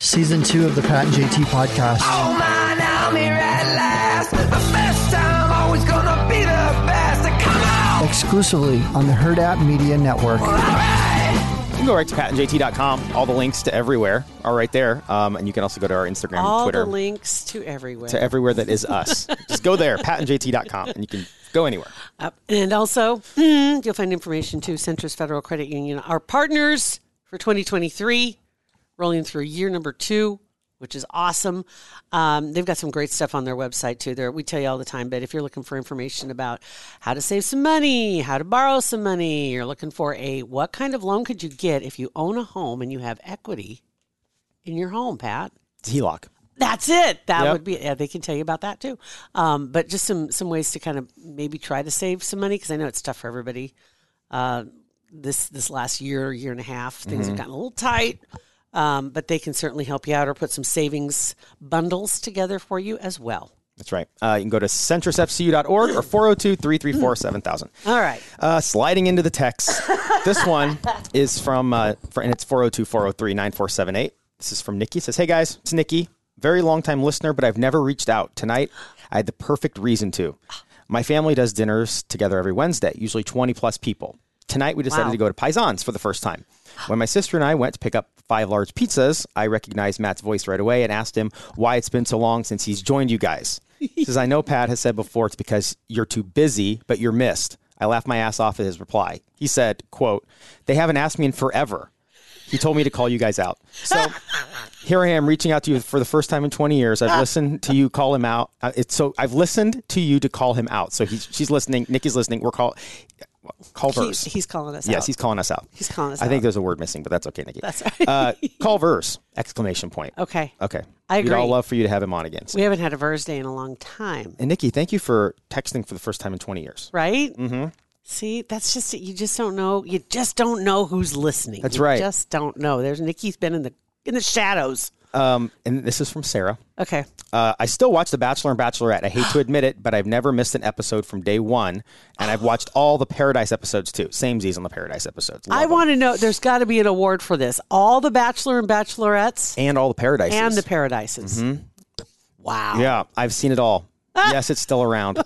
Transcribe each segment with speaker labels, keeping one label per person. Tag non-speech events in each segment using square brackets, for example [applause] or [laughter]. Speaker 1: Season two of the Pat and JT podcast.
Speaker 2: Oh man, I'm here at last. The best time, always gonna be the best. Come on!
Speaker 1: Exclusively on the Herd App Media Network.
Speaker 3: You can go right to patentjt.com. All the links to everywhere are right there. Um, and you can also go to our Instagram,
Speaker 4: all
Speaker 3: Twitter,
Speaker 4: the links to everywhere.
Speaker 3: to e- everywhere that is
Speaker 4: [laughs]
Speaker 3: us. Just go there, patentjt.com, and you can go anywhere.
Speaker 4: Up. And also, mm, you'll find information to Centris Federal Credit Union, our partners for 2023, rolling through year number two, which is awesome. Um, they've got some great stuff on their website too. There, we tell you all the time, but if you're looking for information about how to save some money, how to borrow some money, you're looking for a what kind of loan could you get if you own a home and you have equity in your home, Pat?
Speaker 3: It's HELOC.
Speaker 4: That's it. That
Speaker 3: Yep.
Speaker 4: would be. Yeah, they can tell you about that too. Um, but just some some ways to kind of maybe try to save some money because I know it's tough for everybody. Uh, this this last year, year and a half,
Speaker 3: Mm-hmm.
Speaker 4: things have gotten a little tight. Um, but they can certainly help you out or put some savings bundles together for you as well.
Speaker 3: That's right. Uh, you can go to centrisfcu.org or 402 334 7000.
Speaker 4: All right.
Speaker 3: Uh, sliding into the text. this one is from, uh, for, and it's 402 403 9478. This is from Nikki. It says, Hey guys, it's Nikki. Very long time listener, but I've never reached out. Tonight, I had the perfect reason to. My family does dinners together every Wednesday, usually 20 plus people. Tonight, we decided
Speaker 4: Wow.
Speaker 3: to go to Paisan's for the first time. When my sister and I went to pick up five large pizzas, I recognized Matt's voice right away and asked him why it's been so long since he's joined you guys. He says, I know Pat has said before it's because you're too busy, but you're missed. I laughed my ass off at his reply. He said, quote, they haven't asked me in forever. He told me to call you guys out. So here I am reaching out to you for the first time in 20 years. I've listened to you call him out. Uh, It's so I've listened to you to call him out. So he's, she's listening. Nikki's listening. We're call call
Speaker 4: He,
Speaker 3: verse.
Speaker 4: he's calling us.
Speaker 3: Yes,
Speaker 4: out.
Speaker 3: he's calling us out.
Speaker 4: He's calling us
Speaker 3: I think
Speaker 4: out.
Speaker 3: there's a word missing, but that's okay, Nikki.
Speaker 4: That's all
Speaker 3: [laughs]
Speaker 4: right. [laughs]
Speaker 3: uh, call verse exclamation point.
Speaker 4: okay.
Speaker 3: Okay.
Speaker 4: I
Speaker 3: We'd
Speaker 4: agree.
Speaker 3: all love for you to have him on again. So-
Speaker 4: We haven't had a Thursday in a long time,
Speaker 3: and Nikki, thank you for texting for the first time in 20 years.
Speaker 4: right? Mm-hmm. See, that's just it. you just don't know. You just don't know who's listening.
Speaker 3: That's
Speaker 4: You
Speaker 3: right.
Speaker 4: Just don't know. There's Nikki's been in the in the shadows.
Speaker 3: Um, and this is from Sarah.
Speaker 4: Okay.
Speaker 3: Uh, I still watch The Bachelor and Bachelorette. I hate
Speaker 4: [gasps]
Speaker 3: to admit it, but I've never missed an episode from day one, and
Speaker 4: [gasps]
Speaker 3: I've watched all the Paradise episodes too. Same on the Paradise episodes. Love
Speaker 4: I
Speaker 3: 'em.
Speaker 4: want to know there's got to be an award for this. All the bachelor and bachelorettes
Speaker 3: and all the Paradises
Speaker 4: and the paradises. Wow.
Speaker 3: Mm-hmm. Yeah, I've seen it
Speaker 4: [laughs]
Speaker 3: all. yes, it's still around.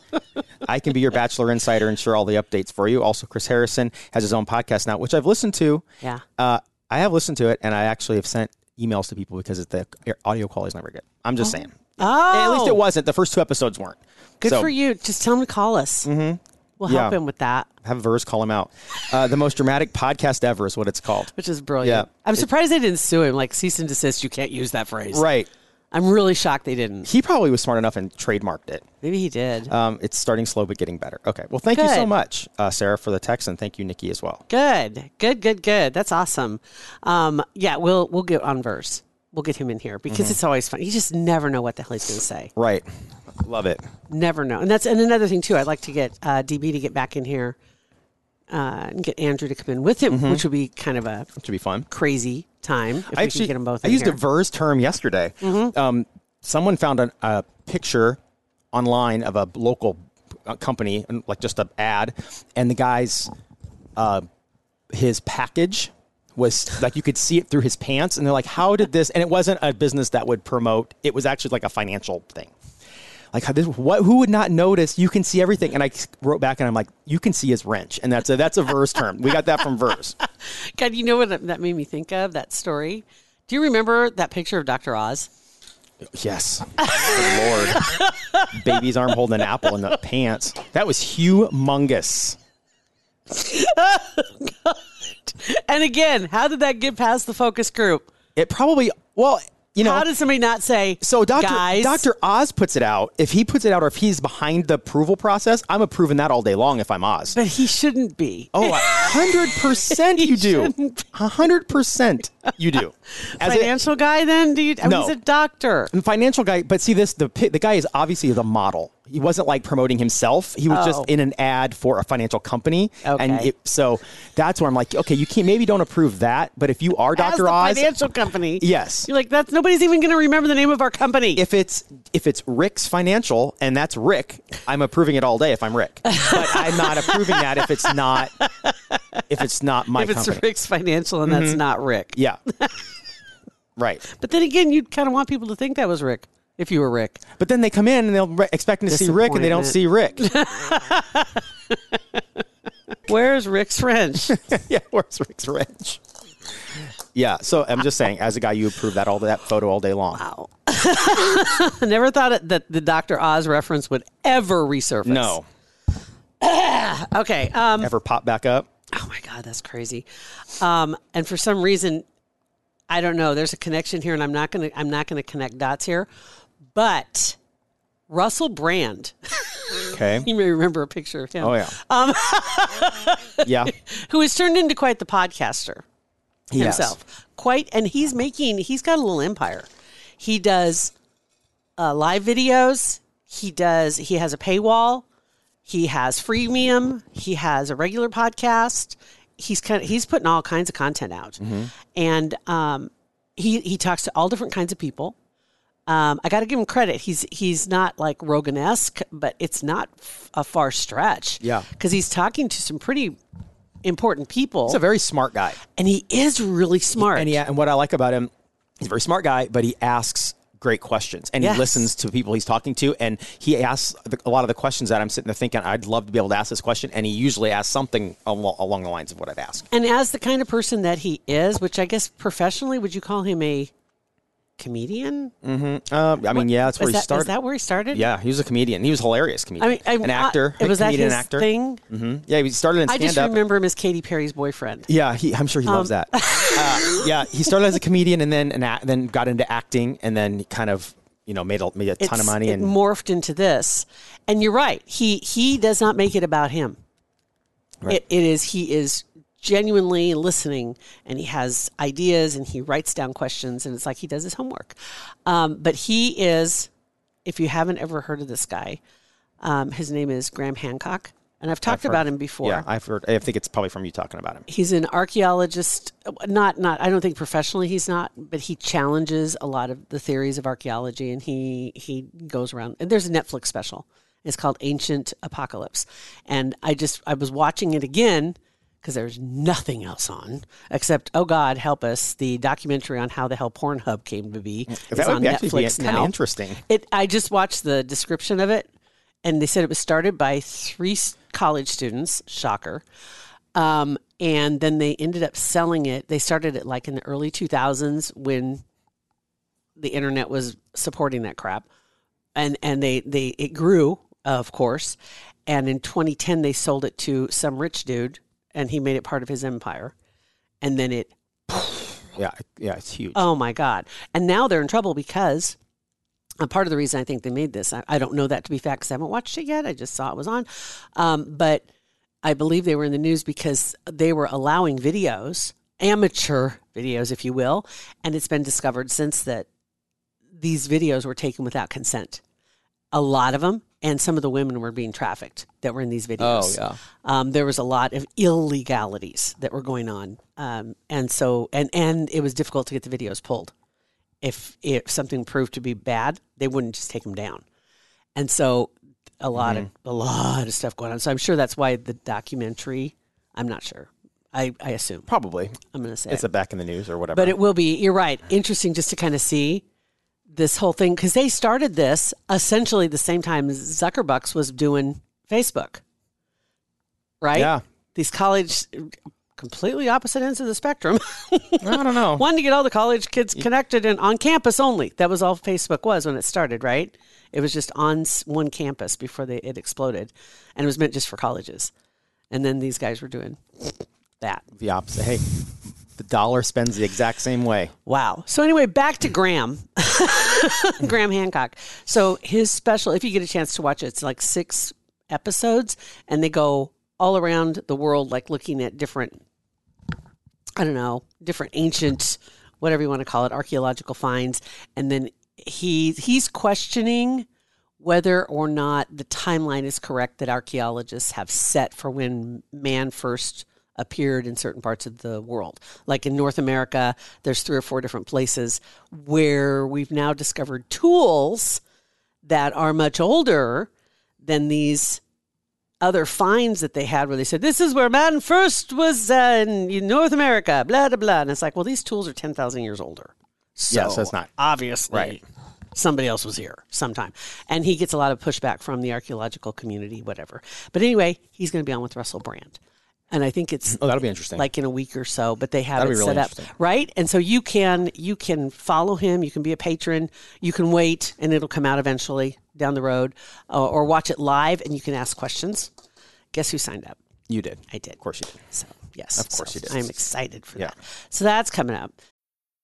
Speaker 3: I can be your Bachelor Insider and share all the updates for you. Also, Chris Harrison has his own podcast now, which I've listened to.
Speaker 4: Yeah.
Speaker 3: Uh, I have listened to it, and I actually have sent emails to people because it, the audio quality is never good. I'm just saying.
Speaker 4: Oh.
Speaker 3: At least it wasn't. The first two episodes weren't.
Speaker 4: Good
Speaker 3: So-
Speaker 4: for you. Just tell him to call us. Mm-hmm. We'll help
Speaker 3: Yeah.
Speaker 4: him with that,
Speaker 3: Have Vers call him out. Uh, the most dramatic podcast ever is what it's
Speaker 4: [laughs]
Speaker 3: called.
Speaker 4: which is brilliant.
Speaker 3: Yeah.
Speaker 4: I'm surprised they didn't sue him. Like cease and desist. You can't use that phrase.
Speaker 3: Right.
Speaker 4: I'm really shocked they didn't.
Speaker 3: He probably was smart enough and trademarked it.
Speaker 4: Maybe he did.
Speaker 3: Um, it's starting slow but getting better. Okay. Well, thank you so
Speaker 4: Good.
Speaker 3: much, uh, Sarah, for the text, and thank you, Nikki, as well.
Speaker 4: Good, good, good, good. That's awesome. Um, yeah, we'll we'll get on verse. We'll get him in here because
Speaker 3: Mm-hmm.
Speaker 4: it's always fun. You just never know what the hell he's going to say.
Speaker 3: Right. Love it.
Speaker 4: Never know. And that's and another thing too. I'd like to get uh, DB to get back in here uh, and get Andrew to come in with him, which would be kind of a
Speaker 3: Should be fun.
Speaker 4: crazy time if we can get them both.
Speaker 3: Mm-hmm. I
Speaker 4: in
Speaker 3: used
Speaker 4: here. Mm-hmm.
Speaker 3: a Vers term yesterday. Um, someone found an, a picture online of a local uh, company, and, like just an ad, and the guy's uh, his package was like you could see it through his pants, and they're like, "How did this?" And it wasn't a business that would promote; it was actually like a financial thing. Like how this, what? Who would not notice? You can see everything, and I wrote back, and I'm like, "You can see his wrench," and that's a that's a verse term. We got that from verse.
Speaker 4: God, you know what that made me think of that story. Do you remember that picture of Dr. Oz?
Speaker 3: Yes. Good Lord. Baby's arm holding an apple in the pants. That was humongous.
Speaker 4: And again, how did that get past the focus group?
Speaker 3: It probably, well, you know,
Speaker 4: How did somebody not say,
Speaker 3: so Dr.
Speaker 4: guys,
Speaker 3: Dr. Oz puts it out. If he puts it out or if he's behind the approval process, I'm approving that all day long if I'm Oz.
Speaker 4: But he shouldn't be.
Speaker 3: Oh, 100%
Speaker 4: [laughs]
Speaker 3: you do. 100% you do. As a
Speaker 4: Financial guy, then? Do you, I mean,
Speaker 3: No.
Speaker 4: he's a doctor.
Speaker 3: financial guy, but see this the pi- the guy is obviously the model. He wasn't like promoting himself. He was
Speaker 4: Oh.
Speaker 3: just in an ad for a financial company. And
Speaker 4: Okay.
Speaker 3: it, so that's where I'm like, okay, you can't maybe don't approve that, but if you are
Speaker 4: As
Speaker 3: Dr.
Speaker 4: the
Speaker 3: Oz,
Speaker 4: financial company.
Speaker 3: Yes.
Speaker 4: You're like, that's nobody's even going to remember the name of our company.
Speaker 3: if it's if it's Rick's financial and that's Rick, I'm approving it all day if I'm
Speaker 4: [laughs]
Speaker 3: Rick. But I'm not approving that if it's not if it's not my
Speaker 4: if it's
Speaker 3: company. Mm-hmm.
Speaker 4: Rick's financial and that's not Rick.
Speaker 3: Yeah. right.
Speaker 4: But then again, you'd kind of want people to think that was Rick if you were Rick.
Speaker 3: But then they come in and they'll re- expecting to see Rick and they don't see Rick.
Speaker 4: Where's
Speaker 3: [laughs]
Speaker 4: Rick's French?
Speaker 3: yeah, where's Rick's wrench? Yeah, so I'm just saying, as a guy, you approve that all that photo all day long.
Speaker 4: Wow. I [laughs] never thought it, that the Dr. Oz reference would ever resurface.
Speaker 3: No,
Speaker 4: Okay. Um,
Speaker 3: ever pop back up?
Speaker 4: oh my God, that's crazy. Um, and for some reason, I don't know. There's a connection here, and I'm not gonna. I'm not gonna connect dots here. But Russell Brand, [laughs]
Speaker 3: Okay.
Speaker 4: you Um, may remember a picture of him,
Speaker 3: Oh yeah. Um. [laughs] yeah.
Speaker 4: who has turned into quite the podcaster.
Speaker 3: Yes.
Speaker 4: himself. Quite, and he's making, he's got a little empire. He does uh, live videos. He does, he has a paywall. He has freemium. He has a regular podcast. He's kind of, he's putting all kinds of content out.
Speaker 3: Mm-hmm.
Speaker 4: And um, he, he talks to all different kinds of people. Um, I got to give him credit. He's he's not like Rogan esque, but it's not f- a far stretch.
Speaker 3: Yeah.
Speaker 4: because he's talking to some pretty important people,
Speaker 3: He's a very smart guy,
Speaker 4: and he is really smart.
Speaker 3: and yeah, and what I like about him, he's a very smart guy, but he asks great questions and
Speaker 4: Yes.
Speaker 3: he listens to people he's talking to, and he asks the, a lot of the questions that I'm sitting there thinking I'd love to be able to ask this question, and he usually asks something along, along the lines of what I've asked.
Speaker 4: And as the kind of person that he is, which I guess professionally, would you call him a comedian?
Speaker 3: Uh, I mean, yeah, that's where
Speaker 4: Is
Speaker 3: he
Speaker 4: that- is
Speaker 3: started.
Speaker 4: that where he started?
Speaker 3: Yeah, he was a comedian. He was a hilarious comedian.
Speaker 4: I mean, I'm
Speaker 3: an
Speaker 4: not-
Speaker 3: actor.
Speaker 4: was that
Speaker 3: comedian
Speaker 4: his
Speaker 3: and actor. Mm-hmm.
Speaker 4: thing?
Speaker 3: Yeah, he started in
Speaker 4: I
Speaker 3: stand
Speaker 4: just
Speaker 3: up.
Speaker 4: remember Um, him as Katy Perry's boyfriend.
Speaker 3: Yeah, he, I'm sure he loves that. Uh, yeah, he started as a comedian and then an act, then got into acting and then kind of you know made a, made a ton of
Speaker 4: It's-
Speaker 3: money
Speaker 4: it
Speaker 3: and
Speaker 4: morphed into this. And you're right. He he does not make it about him. It, it is he is genuinely listening and he has ideas and he writes down questions and it's like he does his homework. Um, but he is, if you haven't ever heard of this guy, um, his name is Graham Hancock. And I've talked about him before
Speaker 3: yeah, I've heard. I think it's probably from you talking about him.
Speaker 4: he's an archaeologist not not i don't think professionally he's not but he challenges a lot of the theories of archaeology and he he goes around and there's a netflix special it's called ancient apocalypse and i just i was watching it again because there's nothing else on except oh god help us the documentary on how the hell pornhub came to be it's
Speaker 3: That would
Speaker 4: on
Speaker 3: be actually be
Speaker 4: netflix
Speaker 3: kinda
Speaker 4: now
Speaker 3: interesting.
Speaker 4: [laughs] it i just watched the description of it and they said it was started by three s- college students shocker um, and then they ended up selling it. They started it like in the early 2000s when the internet was supporting that crap, and and they they it grew, of course, and in 2010 they sold it to some rich dude, and he made it part of his empire, and then it
Speaker 3: Yeah, yeah, it's huge.
Speaker 4: Oh my God. And now they're in trouble because and part of the reason I think they made this, I, I don't know that to be fact because I haven't watched it yet. I just saw it was on. Um, but I believe they were in the news because they were allowing videos, amateur videos, if you will. And it's been discovered since that these videos were taken without consent. A lot of them. And some of the women were being trafficked that were in these videos.
Speaker 3: Oh, yeah.
Speaker 4: Um, there was a lot of illegalities that were going on. Um, and so, and, and it was difficult to get the videos pulled if if something proved to be bad, they wouldn't just take them down. And so a lot of
Speaker 3: Mm-hmm.
Speaker 4: a lot of stuff going on. So I'm sure that's why the documentary. I'm not sure. I I assume
Speaker 3: probably
Speaker 4: I'm going to say,
Speaker 3: it's
Speaker 4: it.
Speaker 3: a back in the news or whatever.
Speaker 4: but it will be. You're right. Interesting, just to kind of see this whole thing because they started this essentially the same time as Zuckerbucks was doing Facebook, right?
Speaker 3: Yeah.
Speaker 4: These college, completely opposite ends of the spectrum.
Speaker 3: [laughs] I don't know.
Speaker 4: One to get all the college kids connected and on campus only. That was all Facebook was when it started, right? It was just on s- one campus before they, it exploded, and it was meant just for colleges. And then these guys were doing that.
Speaker 3: The opposite. Hey, The dollar spends the exact same way.
Speaker 4: Wow. So anyway, back to Graham, [laughs] Graham Hancock. So his special, if you get a chance to watch it, it's like six episodes, and they go all around the world, like looking at different, I don't know, different ancient, whatever you want to call it, archaeological finds, and then he he's questioning whether or not the timeline is correct that archaeologists have set for when man first appeared in certain parts of the world. Like in North America, there's three or four different places where we've now discovered tools that are much older than these other finds that they had where they said, this is where man first was uh, in North America, blah, blah, blah. And it's like, well, these tools are 10,000 years older. So
Speaker 3: Yeah, so it's not-
Speaker 4: Obviously.
Speaker 3: Right.
Speaker 4: Somebody else was here sometime. And he gets a lot of pushback from the archaeological community, whatever. But anyway, he's going to be on with Russell Brand. And I think it's
Speaker 3: Oh, that'll be interesting.
Speaker 4: like in a week or so, but they have
Speaker 3: That'll
Speaker 4: it
Speaker 3: be really
Speaker 4: set up
Speaker 3: interesting.
Speaker 4: right. And so you can you can follow him. You can be a patron. You can wait, and it'll come out eventually down the road, uh, or watch it live, and you can ask questions. Guess who signed up?
Speaker 3: you did.
Speaker 4: I did.
Speaker 3: Of course you did.
Speaker 4: So yes,
Speaker 3: Of course
Speaker 4: So
Speaker 3: you did.
Speaker 4: I'm excited for
Speaker 3: Yeah.
Speaker 4: that. So that's coming up.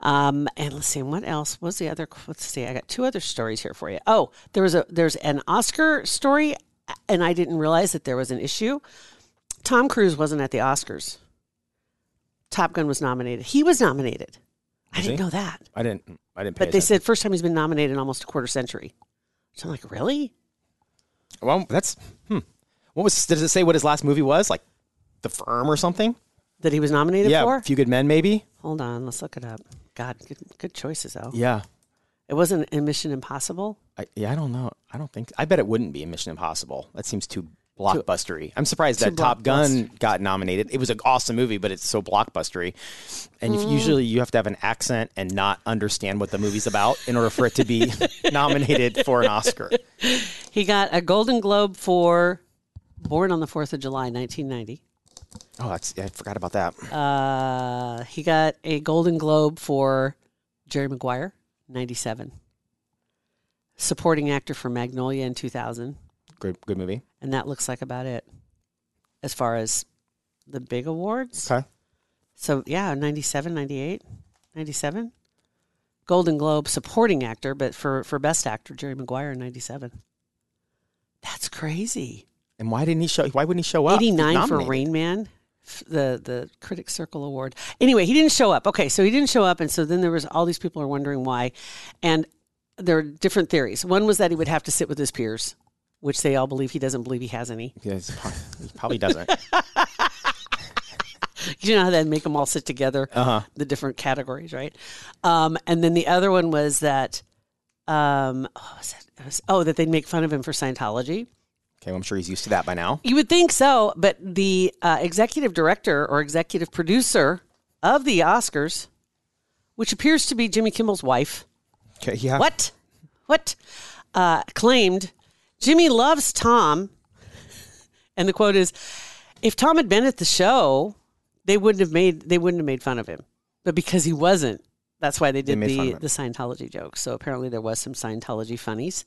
Speaker 4: Um, and let's see, what else was the other? Let's see, I got two other stories here for you. Oh, there was a there's an Oscar story, and I didn't realize that there was an issue. Tom Cruise wasn't at the Oscars. Top Gun was nominated. He was nominated. I
Speaker 3: Was
Speaker 4: didn't
Speaker 3: he?
Speaker 4: know that,
Speaker 3: I didn't. I didn't. Pay
Speaker 4: but they
Speaker 3: attention.
Speaker 4: said first time he's been nominated in almost a quarter century. So I'm like, really?
Speaker 3: Well, that's hmm. What was? Does it say what his last movie was? Like the firm or something?
Speaker 4: That he was nominated
Speaker 3: yeah,
Speaker 4: for?
Speaker 3: Few Good Men, maybe.
Speaker 4: Hold on, let's look it up. God, good, good choices though.
Speaker 3: Yeah.
Speaker 4: It wasn't in Mission Impossible.
Speaker 3: I, yeah, I don't know. I don't think. I bet it wouldn't be in Mission Impossible. That seems too blockbustery. I'm surprised
Speaker 4: too
Speaker 3: that Top Gun got nominated. It was an awesome movie, but it's so blockbustery. And
Speaker 4: Hmm.
Speaker 3: if usually you have to have an accent and not understand what the movie's about in order for it to
Speaker 4: [laughs]
Speaker 3: be nominated for an Oscar.
Speaker 4: He got a Golden Globe for Born on the Fourth of July, 1990.
Speaker 3: Oh, that's, I forgot about that.
Speaker 4: Uh, he got a Golden Globe for Jerry Maguire, 97. Supporting actor for Magnolia in 2000.
Speaker 3: Good, good movie.
Speaker 4: And that looks like about it as far as the big awards.
Speaker 3: Okay.
Speaker 4: So, yeah, 97, 98, 97. Golden Globe supporting actor, but for, for best actor, Jerry Maguire in 97. That's crazy.
Speaker 3: And why didn't he show? Why wouldn't he show up? He's
Speaker 4: 89 for
Speaker 3: nominated.
Speaker 4: Rain Man, f- the the Critics Circle Award. Anyway, he didn't show up. Okay, so he didn't show up, and so then there was all these people are wondering why, and there are different theories. One was that he would have to sit with his peers, which they all believe he doesn't believe he has any.
Speaker 3: Yeah, it's probably- he probably doesn't.
Speaker 4: You know how they make them all sit together,
Speaker 3: Uh-huh.
Speaker 4: the different categories, right? Um, and then the other one was that, um, oh, was that it was, oh, that they'd make fun of him for Scientology.
Speaker 3: okay, well, I'm sure he's used to that by now.
Speaker 4: You would think so, but the uh, executive director or executive producer of the Oscars, which appears to be Jimmy Kimmel's wife,
Speaker 3: Okay, yeah.
Speaker 4: what, what, uh, claimed Jimmy loves Tom, and the quote is, "If Tom had been at the show, they wouldn't have made they wouldn't have made fun of him, but because he wasn't." That's why they did
Speaker 3: made fun
Speaker 4: the,
Speaker 3: of him.
Speaker 4: the Scientology joke. So apparently there was some Scientology funnies.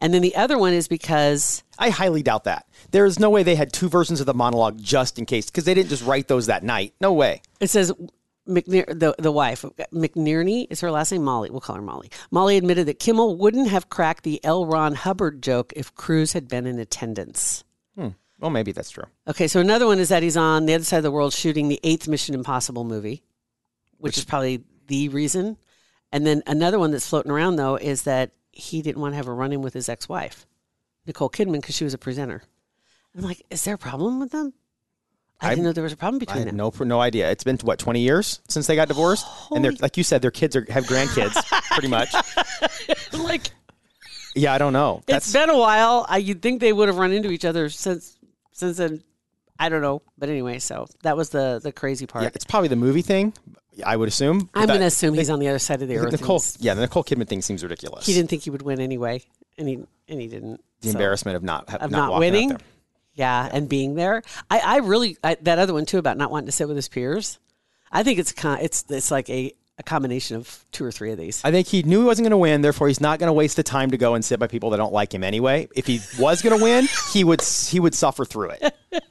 Speaker 4: And then the other one is because
Speaker 3: I highly doubt that. There is no way they had two versions of the monologue just in case, because they didn't just write those that night. No way.
Speaker 4: It says McNear, the the wife McNierney is her last name. Molly, we'll call her Molly. Molly admitted that Kimmel wouldn't have cracked the L. Ron Hubbard joke if Cruz had been in attendance.
Speaker 3: Hmm. Well, maybe that's true.
Speaker 4: Okay, so another one is that he's on the other side of the world shooting the eighth Mission Impossible movie, which is probably the reason. And then another one that's floating around though is that he didn't want to have a run in with his ex wife, Nicole Kidman, because she was a presenter. I'm like, is there a problem with them? I, didn't
Speaker 3: I'm-
Speaker 4: know there was a problem
Speaker 3: I
Speaker 4: between
Speaker 3: had
Speaker 4: them.
Speaker 3: no no idea. It's been what twenty years since they got divorced, and they're like you said, their kids are have
Speaker 4: [laughs]
Speaker 3: grandkids, pretty much.
Speaker 4: [laughs] like
Speaker 3: Yeah, I don't know.
Speaker 4: it's been a while. I you'd think they would have run into each other since since then. I don't know, but anyway, so that was the the crazy part.
Speaker 3: yeah, it's probably the movie thing. I would assume.
Speaker 4: I'm
Speaker 3: That-
Speaker 4: going to assume he's on the other side of the earth. and
Speaker 3: Nicole.
Speaker 4: he's-
Speaker 3: Yeah, the Nicole Kidman thing seems ridiculous.
Speaker 4: he didn't think he would win anyway, and he and he didn't.
Speaker 3: the
Speaker 4: so.
Speaker 3: embarrassment of not of not,
Speaker 4: of not,
Speaker 3: walking out
Speaker 4: winning.
Speaker 3: there.
Speaker 4: Yeah, and being there. I, I really I, that other one too about not wanting to sit with his peers. I think it's con- it's it's like a, a combination of two or three of these.
Speaker 3: I think he knew he wasn't going to win, therefore he's not going to waste the time to go and sit by people that don't like him anyway. If he was going to win, he would he would suffer through it.
Speaker 4: [laughs]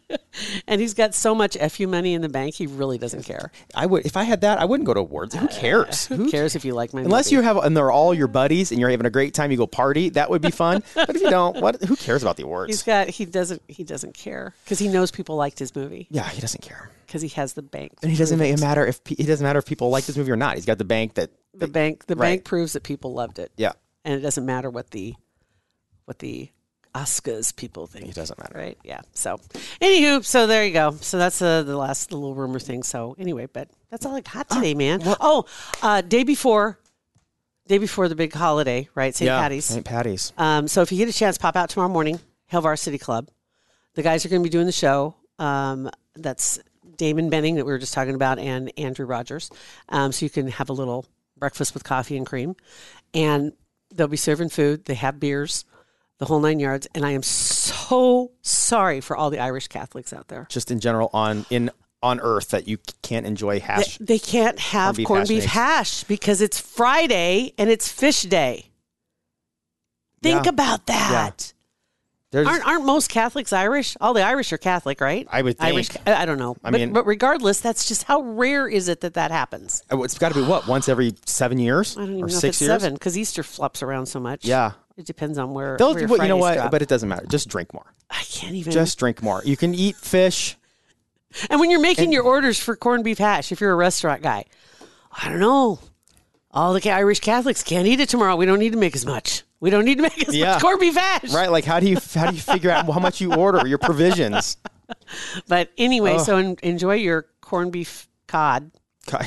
Speaker 4: And he's got so much fu money in the bank, he really doesn't care.
Speaker 3: I would if I had that, I wouldn't go to awards.
Speaker 4: [laughs]
Speaker 3: Who cares?
Speaker 4: Who cares if you like my
Speaker 3: Unless
Speaker 4: movie?
Speaker 3: you have and they're all your buddies and you're having a great time, you go party. That would be
Speaker 4: [laughs]
Speaker 3: fun. but if you don't, what? Who cares about the awards?
Speaker 4: He's got he doesn't he doesn't care because he knows people liked his movie
Speaker 3: yeah, he doesn't care,
Speaker 4: because he has the bank
Speaker 3: and he doesn't make it matter if pe- it doesn't matter if people like this movie or not. He's got the bank that.
Speaker 4: the bank the
Speaker 3: Right.
Speaker 4: bank proves that people loved it
Speaker 3: Yeah,
Speaker 4: and it doesn't matter what the what the Oscars people think.
Speaker 3: It doesn't matter.
Speaker 4: right? Yeah. So, anywho, so there you go. So that's uh, the last little rumor thing. So anyway, but that's all I got today, man. oh, uh, day before, day before the big holiday, right? St.
Speaker 3: yeah.
Speaker 4: Patty's.
Speaker 3: St. Patty's.
Speaker 4: Um, so if you get a chance, pop out tomorrow morning, Hill Varsity Club. The guys are going to be doing the show. Um, that's Damon Benning that we were just talking about and Andrew Rogers. Um, so you can have a little breakfast with coffee and cream. And they'll be serving food. They have beers, the whole nine yards. And I am so sorry for all the Irish Catholics out there.
Speaker 3: Just in general on in on Earth that you c- can't enjoy hash.
Speaker 4: They, they can't have
Speaker 3: beef
Speaker 4: corned
Speaker 3: hash
Speaker 4: beef
Speaker 3: mix.
Speaker 4: hash because it's Friday and it's fish day. Think
Speaker 3: Yeah.
Speaker 4: about that.
Speaker 3: There's,
Speaker 4: Aren't aren't most Catholics Irish? All the Irish are Catholic, right?
Speaker 3: I would
Speaker 4: Irish.
Speaker 3: think.
Speaker 4: I I don't know.
Speaker 3: I
Speaker 4: but,
Speaker 3: mean-
Speaker 4: but regardless, that's just how rare is it that that happens?
Speaker 3: Oh, it's got to be what once every seven years
Speaker 4: I don't even
Speaker 3: or
Speaker 4: know if
Speaker 3: six
Speaker 4: it's
Speaker 3: years.
Speaker 4: seven because Easter flops around so much.
Speaker 3: Yeah.
Speaker 4: it depends on where.
Speaker 3: They'll,
Speaker 4: where your
Speaker 3: well, you know what?
Speaker 4: Fridays drop.
Speaker 3: But it doesn't matter. Just drink more.
Speaker 4: I can't even.
Speaker 3: Just drink more. You can eat fish.
Speaker 4: and when you're making your orders for corned beef hash, if you're a restaurant guy, I don't know. All the Ca- Irish Catholics can't eat it tomorrow. We don't need to make as much. We don't need to make as
Speaker 3: Yeah.
Speaker 4: much corned beef hash.
Speaker 3: Right? Like how do you how do you figure out how much you order your provisions? [laughs]
Speaker 4: But anyway,
Speaker 3: Oh.
Speaker 4: so en- enjoy your corned beef cod.
Speaker 3: Okay.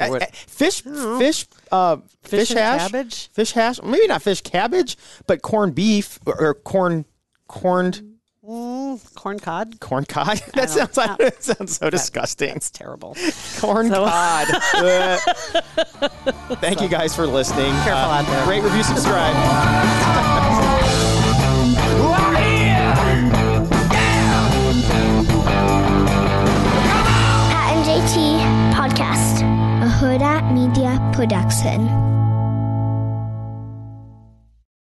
Speaker 3: eh, fish fish uh fish,
Speaker 4: and
Speaker 3: hash
Speaker 4: cabbage?
Speaker 3: fish hash maybe not fish cabbage but corned beef or, or corn corned
Speaker 4: Mm, corn cod.
Speaker 3: corn cod [laughs] that sounds like that sounds so disgusting
Speaker 4: It's terrible.
Speaker 3: corn
Speaker 4: So-
Speaker 3: cod Uh, [laughs] thank you guys for listening careful
Speaker 4: out there.
Speaker 3: rate review subscribe
Speaker 5: Pat and JT Podcast, a Huda Media Production.